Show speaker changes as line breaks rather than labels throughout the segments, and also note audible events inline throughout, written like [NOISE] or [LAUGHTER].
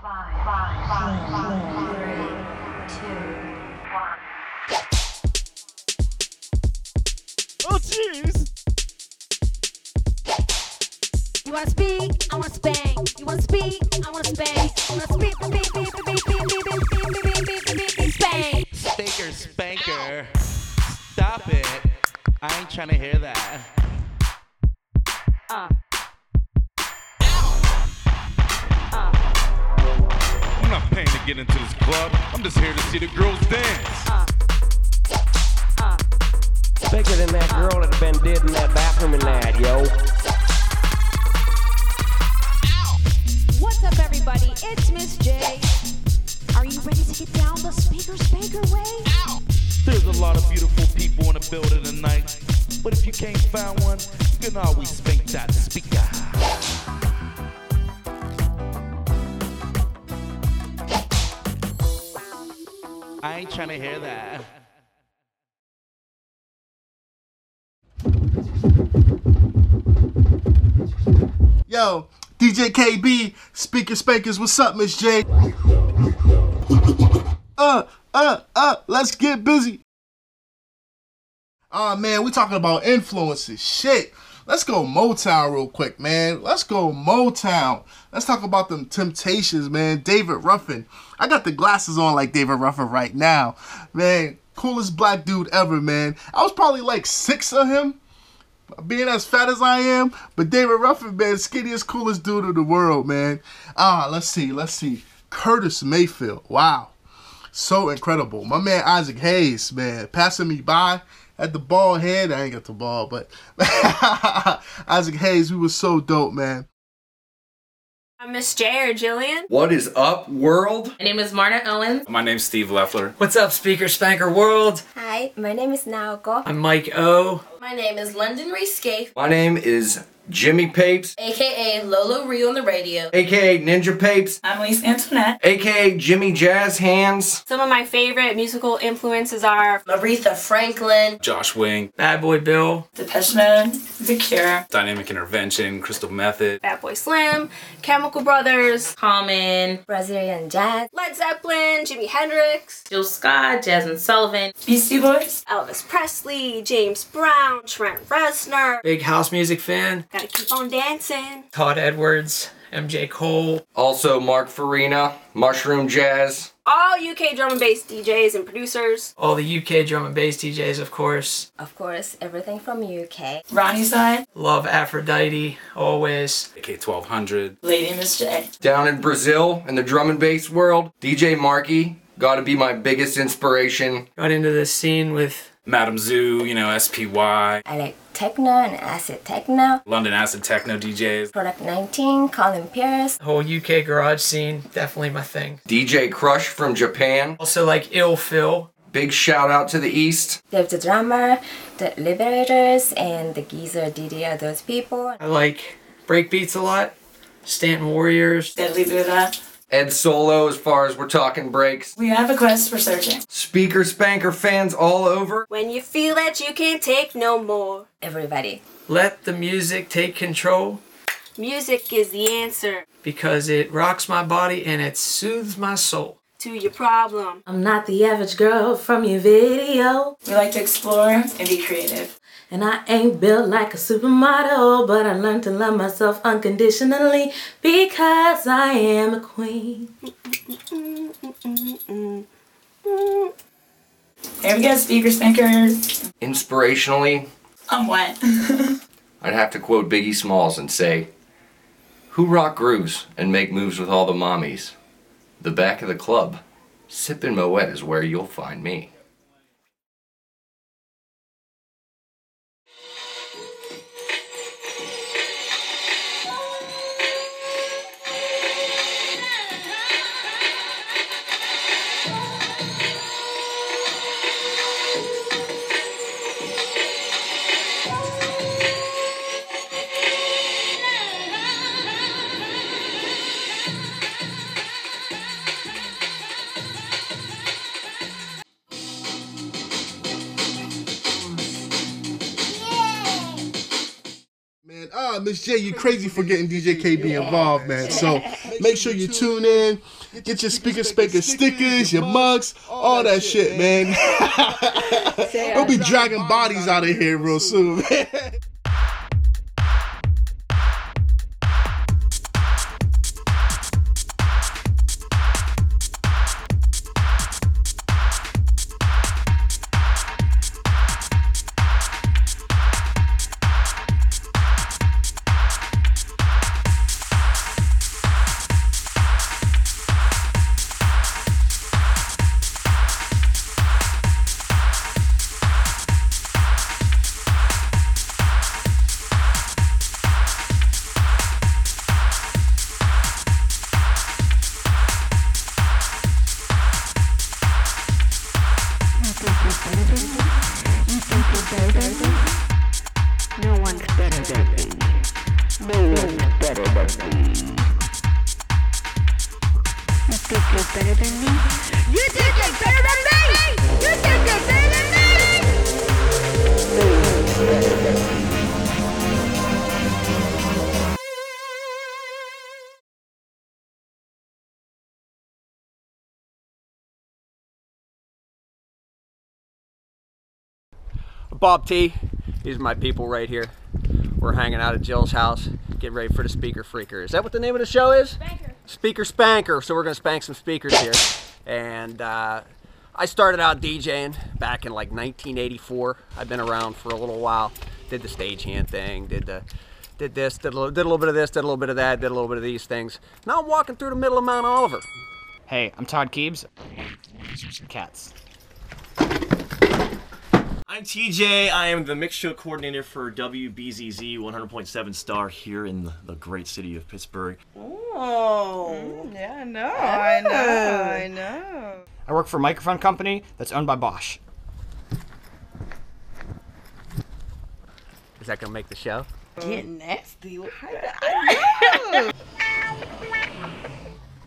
Five, five, five, five, three, two, one.
Oh, jeez.
You wanna speak? I wanna spank. You wanna speak? I wanna spank. I wanna speak, beep, beep, beep, beep, beep, beep, beep, beep, beep, beep, beep, beep, beep, beep, spank.
Stinker, spanker. Stop it. I ain't trying to hear that.
I'm not paying to get into this club. I'm just here to see the girls dance.
Bigger than that girl that been dead in that bathroom at night, yo.
What's up, everybody? It's Miss J. Are you ready to get down the speaker's baker way?
There's a lot of beautiful people in the building tonight. But if you can't find one, you can always spank that speaker. I ain't trying to hear that.
Yo, DJ KB, Speaker Spankers, what's up, Miss J? Uh, uh, uh, let's get busy. Ah, man, we talking about influences. Shit. Let's go Motown real quick, man. Let's go Motown. Let's talk about them Temptations, man. David Ruffin. I got the glasses on like David Ruffin right now. Man, coolest black dude ever, man. I was probably like six of him being as fat as I am, but David Ruffin, man, skinniest, coolest dude in the world, man. Ah, let's see, let's see. Curtis Mayfield, wow, so incredible. My man Isaac Hayes, man, passing me by at the ball head. I ain't got the ball, but [LAUGHS] Isaac Hayes, we was so dope, man.
I'm Miss J or Jillian.
What is up, world?
My name is Marna Owens.
My name's Steve Leffler.
What's up, Speaker Spanker World?
Hi, my name is Naoko.
I'm Mike O.
My name is London Reescape,
My name is Jimmy Papes,
aka Lolo Ree on the radio.
aka Ninja Papes,
I'm Elise Antoinette.
aka Jimmy Jazz Hands.
Some of my favorite musical influences are
Aretha Franklin.
Josh Wing,
Bad Boy Bill.
Depeche Mode, The Cure,
Dynamic Intervention, Crystal Method,
Bad Boy Slim, Chemical Brothers,
Common,
Brazilian jazz.
Led Zeppelin, Jimi Hendrix,
Jill Scott, Jasmine Sullivan,
Beastie Boys,
Elvis Presley, James Brown, Trent Reznor.
Big house music fan.
Gotta keep on dancing.
Todd Edwards. MJ Cole.
Also, Mark Farina, Mushroom Jazz.
All UK drum and bass DJs and producers.
All the UK drum and bass DJs, of course.
Of course, everything from UK.
Ronnie Side,
Love Aphrodite, always.
AK 1200,
Lady Miss J.
Down in Brazil, in the drum and bass world, DJ Markey, gotta be my biggest inspiration.
Got into this scene with
Madam Zoo, you know, SPY,
I like techno and acid techno.
London Acid Techno DJs,
Product 19, Colin Pierce.
the whole UK garage scene. Definitely my thing.
DJ Crush from Japan.
Also, like Ill Phil.
Big shout out to the East.
Dave the drummer, the Liberators, and the Geezer DDR, those people.
I like breakbeats a lot. Stanton Warriors.
Deadly Buddha.
Ed Solo, as far as we're talking breaks.
We have a quest for searching.
Speaker Spanker fans all over.
When you feel that you can't take no more,
Everybody.
Let the music take control
music is the answer
because it rocks my body and it soothes my soul.
to your problem.
I'm not the average girl from your video,
We like to explore and be creative.
and I ain't built like a supermodel, but I learned to love myself unconditionally because I am a queen.
There we go, Speaker Spankers.
Inspirationally,
I'm wet.
[LAUGHS]
I'd have to quote Biggie Smalls and say, Who rock grooves and make moves with all the mommies? The back of the club, sippin' Moet is where you'll find me.
nah, ah, Miss J, you crazy for getting DJ KB involved, man. So make sure you tune in, get your speaker speaker stickers, your mugs, all that shit, man. [LAUGHS] we'll be dragging bodies out of here real soon, man.
No one's better than me. No one's better than me. You think you're better than me? You think you're better than me! You think you're better than me!
Bob T. These are my people right here. We're hanging out at Jill's house, getting ready for the speaker freaker. Is that what the name of the show is? Spanker. Speaker spanker. So we're gonna spank some speakers here. And uh, I started out DJing back in like 1984. I've been around for a little while. Did the stagehand thing. Did the did this. Did a, little, did a little bit of this. Did a little bit of that. Did a little bit of these things. Now I'm walking through the middle of Mount Oliver.
Hey, I'm Todd Keebs. Cats.
I'm TJ. I am the mix show coordinator for WBZZ 100.7 Star here in the, the great city of Pittsburgh.
Oh. yeah, I know. I know. I know.
I work for a microphone company that's owned by Bosch.
Is that gonna make the show?
Get nasty. with that. I know.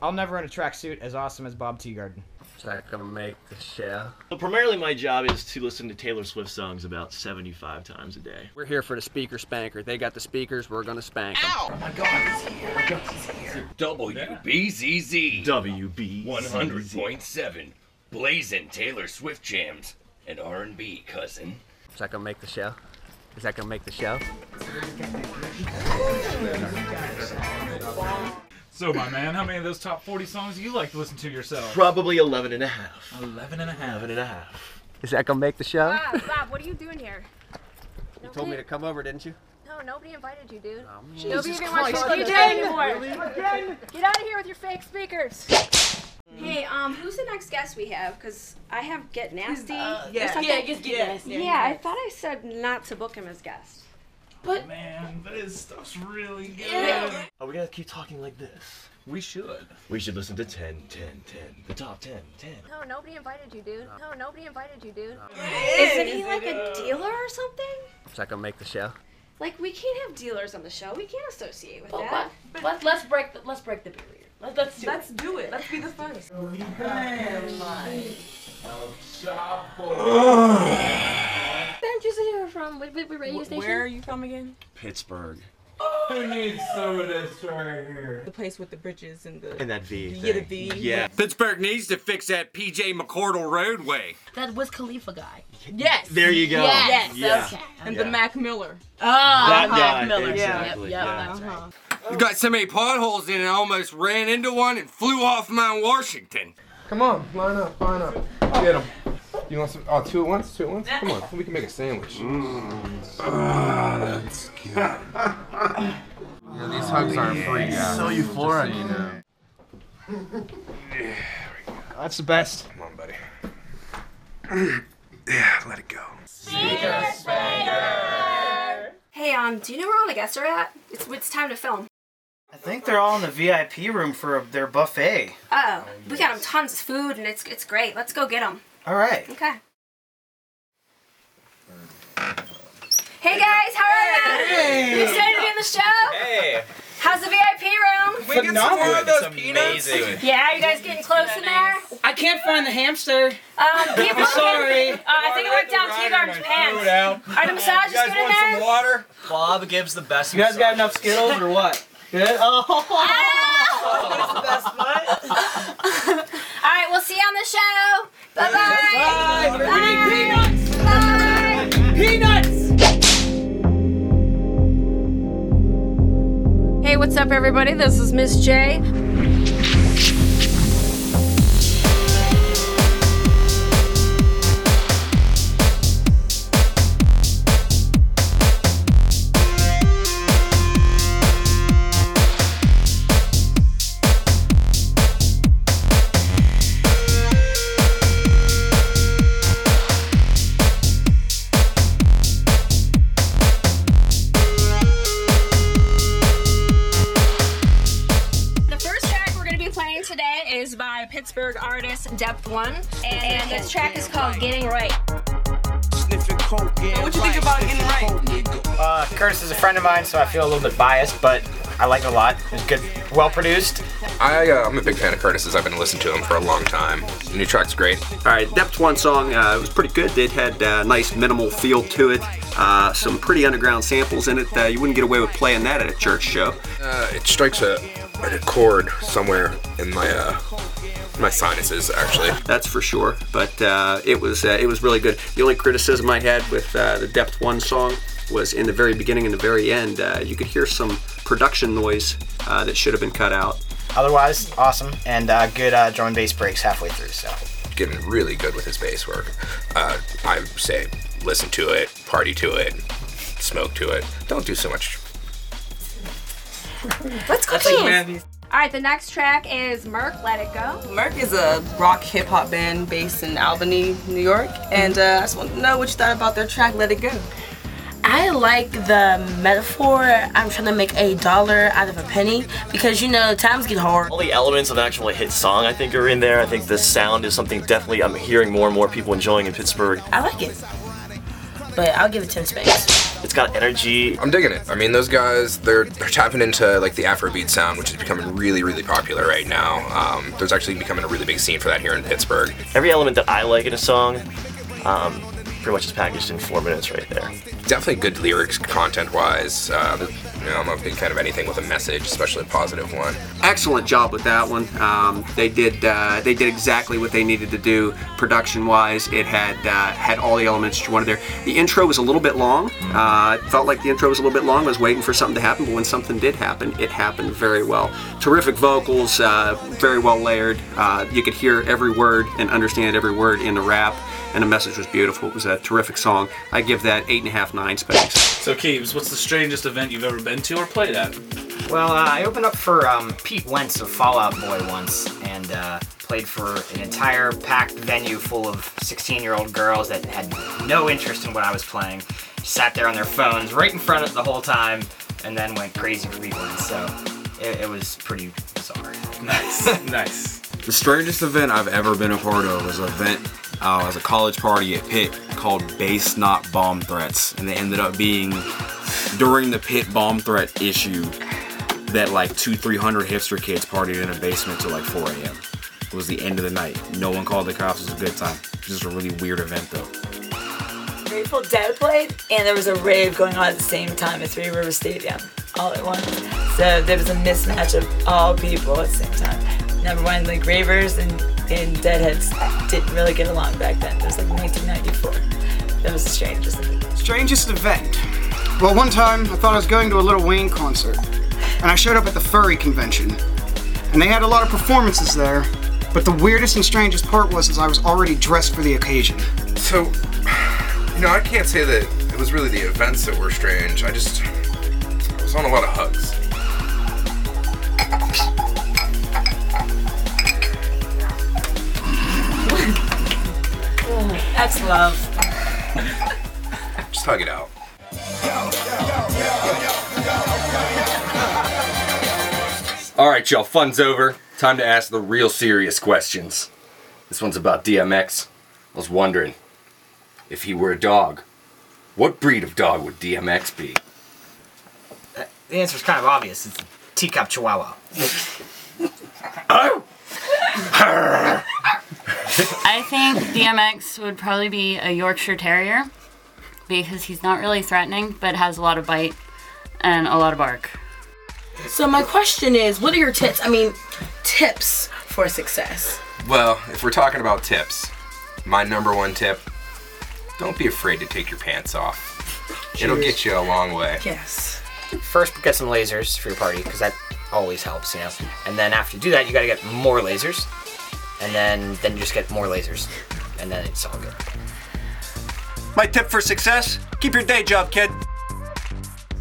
I'll never own a tracksuit as awesome as Bob Teagarden.
Is that gonna make the show?
So primarily, my job is to listen to Taylor Swift songs about 75 times a day.
We're here for the speaker spanker. They got the speakers. We're gonna spank 'em.
Oh my God, he's here!
WBZZ.
WB
100.7. Blazing Taylor Swift jams and R&B, cousin.
Is that gonna make the show? Is that gonna make the show?
So, my man, how many of those top 40 songs do you like to listen to yourself?
Probably 11 and a half.
11 and a half.
11 and a half.
Is that gonna make the show?
Bob, Bob, what are you doing here?
You told me to come over, didn't you?
No, nobody invited you, dude.
Oh, Jesus
nobody even wants
Christ,
to you
again?
anymore.
Really?
Get out of here with your fake speakers.
Hey, um, who's the next guest we have? Because I have Get Nasty.
Uh,
or
yeah.
something.
Yeah, just Get Nasty.
Yeah, I thought I said not to book him as guest.
But man, but his stuff's really good.
Are we gonna keep talking like this?
We should.
We should listen to 10, 10, 10. The top 10, 10.
No, nobody invited you, dude. No, nobody invited you, dude.
Isn't he like a dealer or something?
Is that gonna make the show?
Like we can't have dealers on the show. We can't associate with that.
Let's let's break the, let's break the barrier. Let's let's do
Let's
it. do it. Let's be the first.
Thank you, Sarah, from what, what, what radio
Wh-
station?
where are
you from again?
Pittsburgh.
Who needs some of this right here? The place with the bridges and the
And that V.
Yeah, the
thing.
V.
Yeah.
Pittsburgh needs to fix that PJ McCordle roadway.
That was Khalifa guy. Yes.
There you go.
Yes.
Yeah.
Okay. And
Yeah.
the Mac Miller. Oh,
That guy,
Miller.
exactly,
Yeah.
yeah.
Yep, yep, uh-huh.
Got so many potholes in it, I almost ran into one and flew off Mount Washington.
Come on, line up, line up. Get him. You want some? Oh, two at once, two at once. Come on, we can make a sandwich. that's good. these hugs aren't free, guys.
So
Just
euphoric.
so you know.
That's the best.
Come on, buddy. yeah, let it go.
Hey, um, do you know where all the guests are at? It's it's time to film.
I think they're all in the VIP room for their buffet.
Oh, we got them tons of food and it's it's great. Let's go get them.
All right.
Okay. Hey guys, how are you?
Hey.
You excited to be in the show?
Hey.
How's the VIP room?
We get some more of those
peanuts.
Yeah, you guys getting close in there?
I can't find the hamster.
Um, people
I'm sorry.
Can, uh, I think it
ripped out T-Garden's pants. Are the massages good in there?
water? Bob gives the best.
You guys got enough Skittles or what? Good?
[LAUGHS]
Oh.
All right, we'll see you on the show. Bye-bye. Bye. Peanuts. Hey, what's up, everybody? This is Miss J.
The first track we're going to be playing today is by Pittsburgh artist Depth One, and this track is called Getting Right.
What you think about getting right?
Uh, Curtis is a friend of mine, so I feel a little bit biased, but I like it a lot. It's good, well produced.
I, uh, I'm a big fan of Curtis's. I've been listening to him for a long time. New track's great.
All right, Depth One song uh, it was pretty good. It had a uh, nice minimal feel to it, uh, some pretty underground samples in it. Uh, you wouldn't get away with playing that at a church show.
Uh, it strikes a, a chord somewhere in my uh, my sinuses, actually.
That's for sure. But uh, it was uh, it was really good. The only criticism I had with uh, the Depth One song was in the very beginning and the very end. Uh, you could hear some production noise uh, that should have been cut out.
Otherwise, awesome and uh, good uh, drum and bass breaks halfway through. So
Getting really good with his bass work. Uh, I say listen to it, party to it, smoke to it. Don't do so much.
Let's
go, That's it, man.
All right, the next track is Merc, Let It Go.
Merc is a rock hip hop band based in Albany, New York, and uh, I just wanted to know what you thought about their track "Let It Go."
I like the metaphor. I'm trying to make a dollar out of a penny because you know times get hard.
All the elements of an actual hit song, I think, are in there. I think the sound is something definitely I'm hearing more and more people enjoying in Pittsburgh.
I like it, but I'll give it ten spanks.
It's got energy. I'm digging it. I mean, those guys, they're, they're tapping into like the Afrobeat sound, which is becoming really, really popular right now. Um, there's actually becoming a really big scene for that here in Pittsburgh.
Every element that I like in a song, um, pretty much is packaged in four minutes right there.
Definitely good lyrics, content-wise. Uh, you know, I'm a big fan of anything with a message, especially a positive one.
excellent job with that one. Um, they did uh, they did exactly what they needed to do production wise. It had uh, had all the elements that you wanted there. The intro was a little bit long. Uh, it felt like the intro was a little bit long. I was waiting for something to happen, but when something did happen, it happened very well. Terrific vocals, uh, very well layered. Uh, you could hear every word and understand every word in the rap, and the message was beautiful. It was a terrific song. I give that eight and a half nine spanks.
So, Keebs, what's the strangest event you've ever been to or played at?
Well, uh, I opened up for um, Pete Wentz of Fallout Boy once and uh, played for an entire packed venue full of 16 year old girls that had no interest in what I was playing. Sat there on their phones right in front of the whole time and then went crazy for Pete Wentz. So it, it was pretty bizarre.
Nice, nice.
The strangest event I've ever been a part of was an event. Uh, it was a college party at Pitt called Base Not Bomb Threats, and they ended up being during the Pitt bomb threat issue that like two, three hundred hipster kids partied in a basement till like 4 a.m. It was the end of the night. No one called the cops. It was a good time. Just a really weird event though.
Grateful Dead played, and there was a rave going on at the same time at Three River Stadium, all at once. So there was a mismatch of all people at the same time. Number one, like ravers and, and deadheads didn't really get along back then. It was like 1994. That was the strangest thing.
Strangest event. Well, one time I thought I was going to a Little Wayne concert, and I showed up at the furry convention, and they had a lot of performances there. But the weirdest and strangest part was, is I was already dressed for the occasion.
So, you know, I can't say that it was really the events that were strange. I just I was on a lot of hugs.
That's love.
Just hug it out.
All right, y'all, fun's over. Time to ask the real serious questions. This one's about DMX. I was wondering if he were a dog, what breed of dog would DMX be?
The answer's kind of obvious. It's a teacup chihuahua.
Oh!
I think DMX would probably be a Yorkshire Terrier because he's not really threatening but has a lot of bite and a lot of bark.
So my question is, what are your tips? I mean, tips for success.
Well, if we're talking about tips, my number one tip don't be afraid to take your pants off. It'll
Cheers.
get you a long way.
Yes.
First, get some lasers for your party because that always helps, you know. And then after you do that, you gotta get more lasers, and then then you just get more lasers, and then it's all good.
My tip for success keep your day job, kid.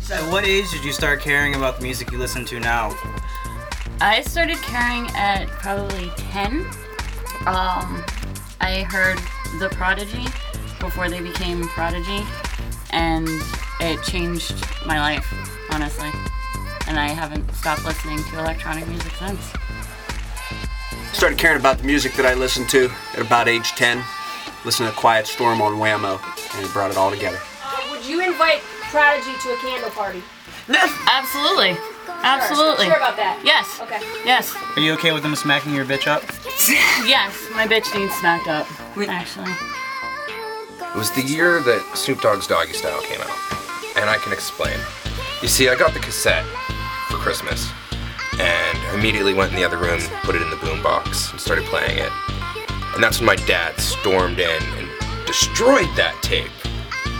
So at what age did you start caring about the music you listen to now?
I started caring at probably 10. Um, I heard The Prodigy before they became Prodigy, and it changed my life, honestly. And I haven't stopped listening to electronic music since.
Started caring about the music that I listened to at about age 10. Listened to Quiet Storm on Whammo, and it brought it all together.
Would you invite Prodigy to a candle party?
Absolutely. Absolutely.
Sure about that?
Yes.
Okay.
Yes.
Are you okay with them smacking your bitch up?
Yes. My bitch needs smacked up, actually.
It was the year that Snoop Dogg's Doggy Style came out, and I can explain. You see, I got the cassette for Christmas, and immediately went in the other room, put it in the boombox, and started playing it. And that's when my dad stormed in and destroyed that tape.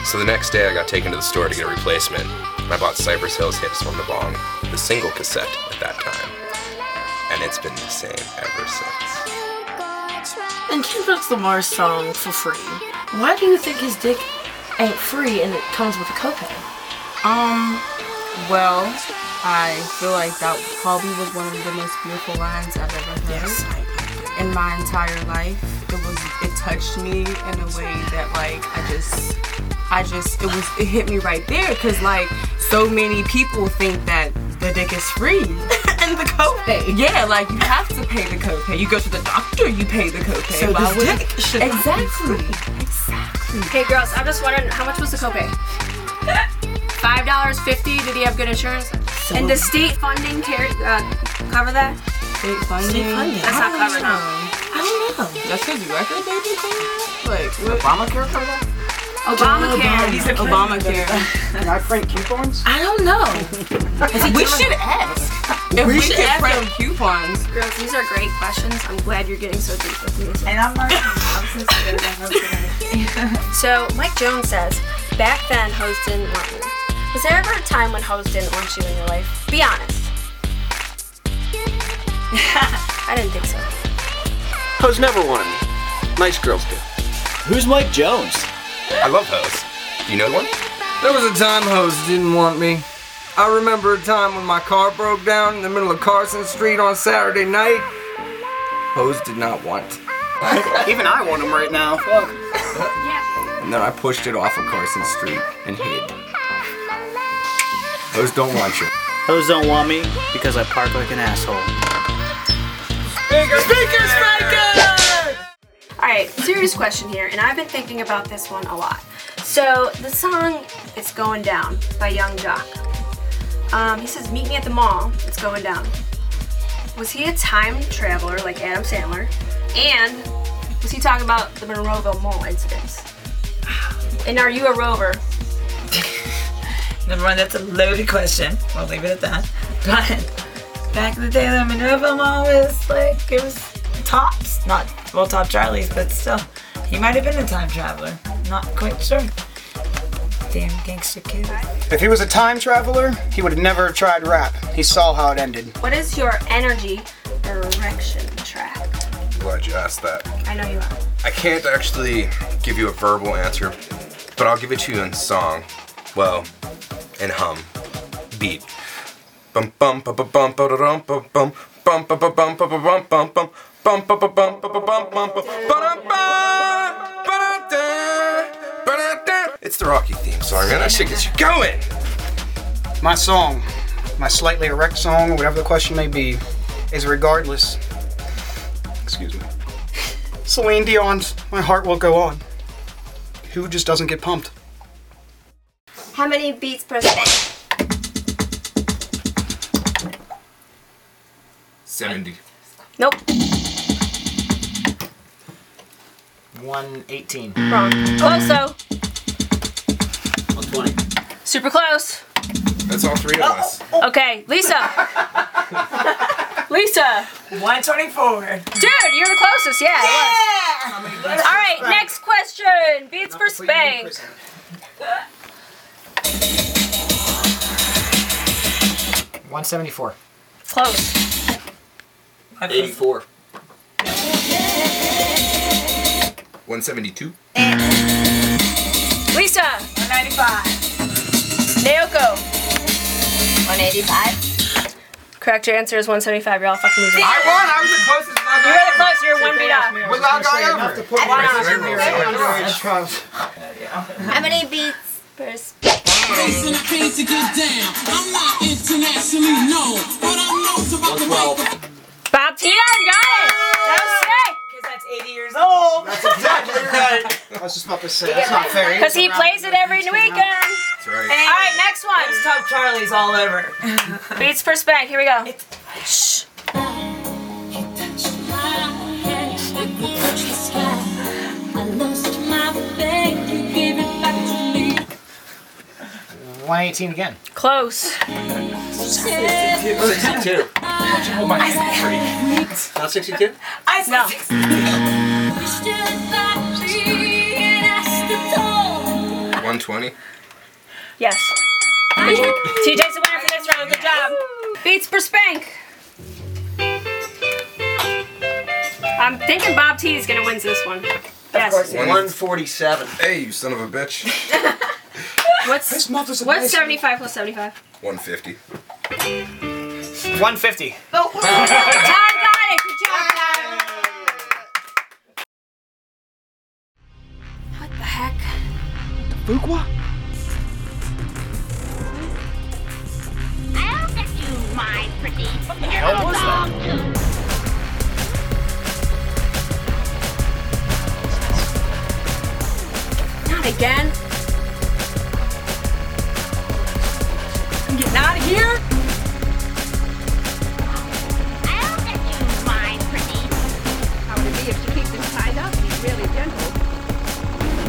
So the next day, I got taken to the store to get a replacement, and I bought Cypress Hill's Hips on the Bong, the single cassette at that time, and it's been the same ever since.
And Kendrick Lamar's song for free. Why do you think his dick ain't free and it comes with a copay?
Um, well, I feel like that probably was one of the most beautiful lines I've ever heard in my entire life. It was, it touched me in a way that like I just, I just, it was, it hit me right there because like so many people think that the dick is free. [LAUGHS] And the copay. Yeah, like you have to pay the copay. You go to the doctor, you pay the copay. So Why this would- dick should not be exactly.
Okay, girls, I'm just wondering how much was the copay? Five dollars fifty. Did he have good insurance? and does state funding care, uh, cover that? State funding. That's not covered. huh?
I don't know. That's his record label thing? Like, what?
Obamacare cover that?
Obamacare. He's a Obamacare. [LAUGHS]
Can I print coupons?
I don't [LAUGHS] know. we should ask. If we, should ask them coupons.
Girls, these are great questions. I'm glad you're getting so deep with me. And
I'm
learning. [LAUGHS] so Mike Jones says, back then hoes didn't want me. Was there ever a time when hoes didn't want you in your life? Be honest. I didn't think so.
Hoes never wanted me. Nice girls do.
Who's Mike Jones?
I love hoes. Do you know one?
There was a time hoes didn't want me. I remember a time when my car broke down in the middle of Carson Street on Saturday night. Hoes did not want.
[LAUGHS] Even I want them right now.
And then I pushed it off of Carson Street and hid. Hoes don't want you.
Hoes don't want me because I park like an asshole.
Speaker, speaker, speaker! All right, serious question here, and I've been thinking about this one a lot. So the song "It's Going Down" by Young Jock. Um, he says, "Meet me at the mall. It's going down." Was he a time traveler like Adam Sandler? And was he talking about the Monroeville Mall incidents? And are you a rover?
Number one, that's a loaded question. We'll leave it at that. But back in the day, the Minerva Mall was like, it was tops, not, well, top Charlie's, but still. He might have been a time traveler. Not quite sure. Damn gangster kid.
If he was a time traveler, he would have never have tried rap. He saw how it ended.
What is your energy direction track?
I'm glad you asked that.
I know you are.
I can't actually give you a verbal answer, but I'll give it to you in song. Well, in hum. Beat. Bum bum ba ba bum ba da dum ba bum bum ba ba bum ba ba bum bum bum bum ba ba bum ba ba bum bum bum ba da ba ba da ba da da. It's the Rocky theme song, man. That shit gets you going.
My song, my slightly erect song, or whatever the question may be, is regardless. Excuse me. Celine Dion's My Heart Will Go On. Who just doesn't get pumped?
How many beats per second?
70.
Nope.
118.
Close though. Super close. Oh,
That's all three of us.
Okay, Lisa. [LAUGHS] Lisa.
124.
Dude, you're the closest. Yeah. Yeah. All right, next question. Beats for Spank.
One seventy-four.
Close.
Eighty-four. One seventy-two.
Lisa. 195. Naoko. 185. Correct. Your answer is 175. You're all fucking losers.
I won. I was the closest.
You were the closest. You're one beat off.
Without guy over.
How many beats per
Listen, I came to get down. I'm not internationally known, but I'm known to rock the mic.
Bob Tina, you got it. That was sick.
Because that's 80 years old.
That's exactly right.
I was just about to say that's not fair.
Because he plays it every weekend.
That's right.
All right, next one.
Let's talk Charlie's all over.
Beats for Spank. Here we go.
One eighteen again.
Close.
Sixty-two.
Oh my God.
Not sixty-two.
I no.
One twenty.
Yes. TJ's the winner for this round. Good job. Beats for Spank. I'm thinking Bob T is gonna win this one. Yes.
One forty-seven. Hey, you son of a bitch.
What's what's 75 plus 75?
One fifty.
One fifty.
Oh, Todd got it. Good job, Todd.
What the heck?
Fuqua?
I'll get you, my pretty. What the
hell was that?
Not again. I'm getting out of here.
How would it be if you keep them tied up and he's really gentle?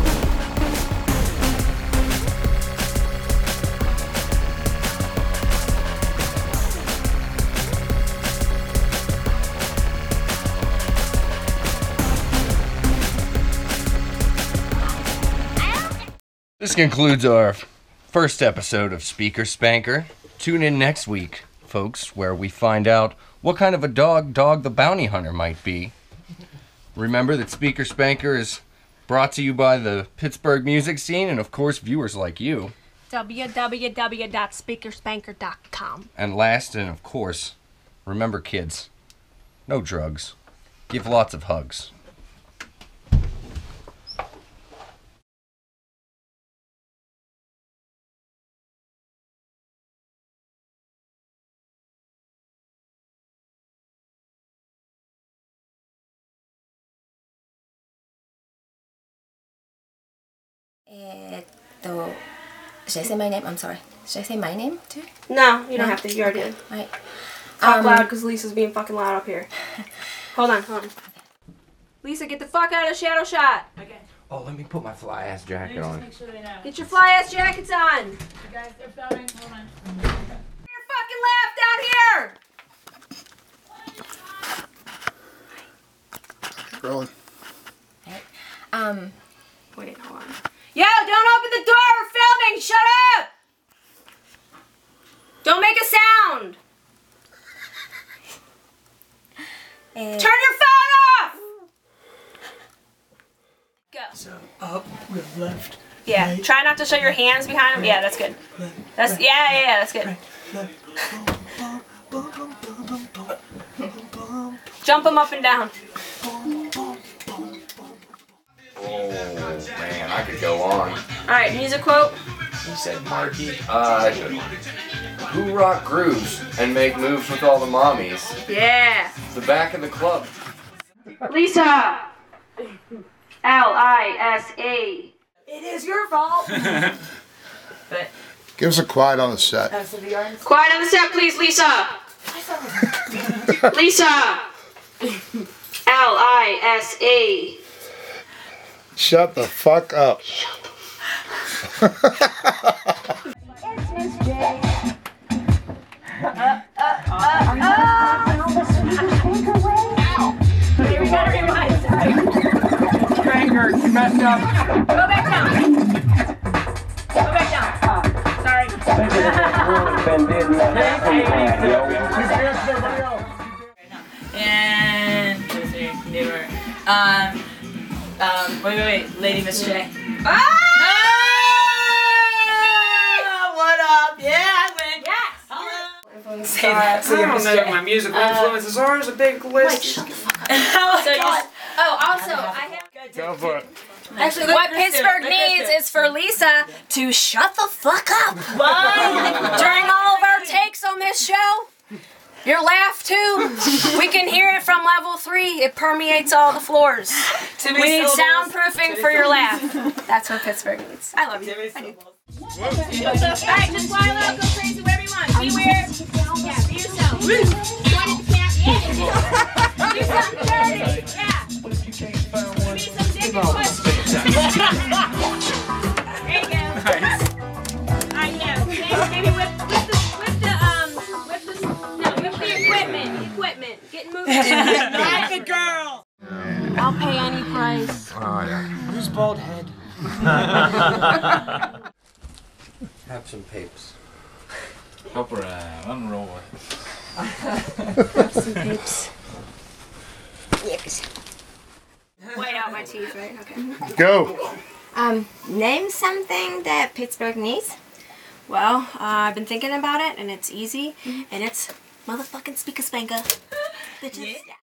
This concludes our first episode of Speaker Spanker. Tune in next week, folks, where we find out what kind of a dog Dog the Bounty Hunter might be. Remember that Speaker Spanker is brought to you by the Pittsburgh music scene and, of course, viewers like you.
www.speakerspanker.com.
And last, and of course, remember kids no drugs, give lots of hugs.
Eh, though, should I say my name? I'm sorry. Should I say my name too?
No, you don't have to. You already
okay.
did.
All right.
Talk
Um,
loud because Lisa's being fucking loud up [LAUGHS] here. hold on, hold on. Lisa, get the fuck out of shadow shot. Okay.
Oh, let me put my fly ass jacket on.
sure they know. Get your fly ass jackets on. You guys, they're filming. Hold on. You're fucking left out here.
Rolling.
Um.
Wait, hold on. Yo, don't open the door. We're filming. Shut up. Don't make a sound. Turn your phone off. Go. So
Up with left.
Yeah. Try not to show your hands behind them. Yeah, that's good. That's yeah, yeah, yeah. That's good. Jump them up and down.
Oh man, I could go on.
All right, music quote.
He said, Marky, uh, who rock grooves and make moves with all the mommies?
Yeah.
The back of the club.
Lisa. L I S A. It is your fault.
Give us a quiet on the set.
Quiet on the set, please, Lisa. [LAUGHS] Lisa. L I S A.
Shut the fuck up.
Cranker, you messed up. Go back down. Go back down. sorry.
And they were, um, um, wait, wait, wait, Lady Miss J. Ah! What up? Yeah, I win. Yes.
Say that to I your don't Mr. know. My musical Uh, influences are is a big list.
oh
my
God.
Oh, also, I have.
Go for it.
Actually,
Let
what
Chris do it.
Pittsburgh
Let Chris
needs
do it.
is for Lisa to shut the fuck up.
Why?
During all of our takes on this show, your laugh too. We can hear it from level three. It permeates all the floors.
Timmy
we need
syllables.
soundproofing
Timmy
for your laugh.
syllables.
That's what Pittsburgh needs. I love you. I do.
Alright, just wild out, go crazy wherever you want. Be weird. Yeah, be yourself. Go to the camp, yeah. Do something dirty. Yeah. Give me some dick and pussy. There you go. Alright, yeah. Maybe whip, whip the, whip the, um, whip the, no, whip the equipment. Equipment. Get moving.
Like
a girl. I'll pay any price.
Oh, yeah.
Who's bald head?
Have some papers.
Up around, unroll it.
Have some peeps.
White out my teeth, right? Okay.
Go.
Um, name something that Pittsburgh needs. Well, uh, I've been thinking about it, and it's easy, and it's motherfucking speaker spanker. Bitches. Yeah.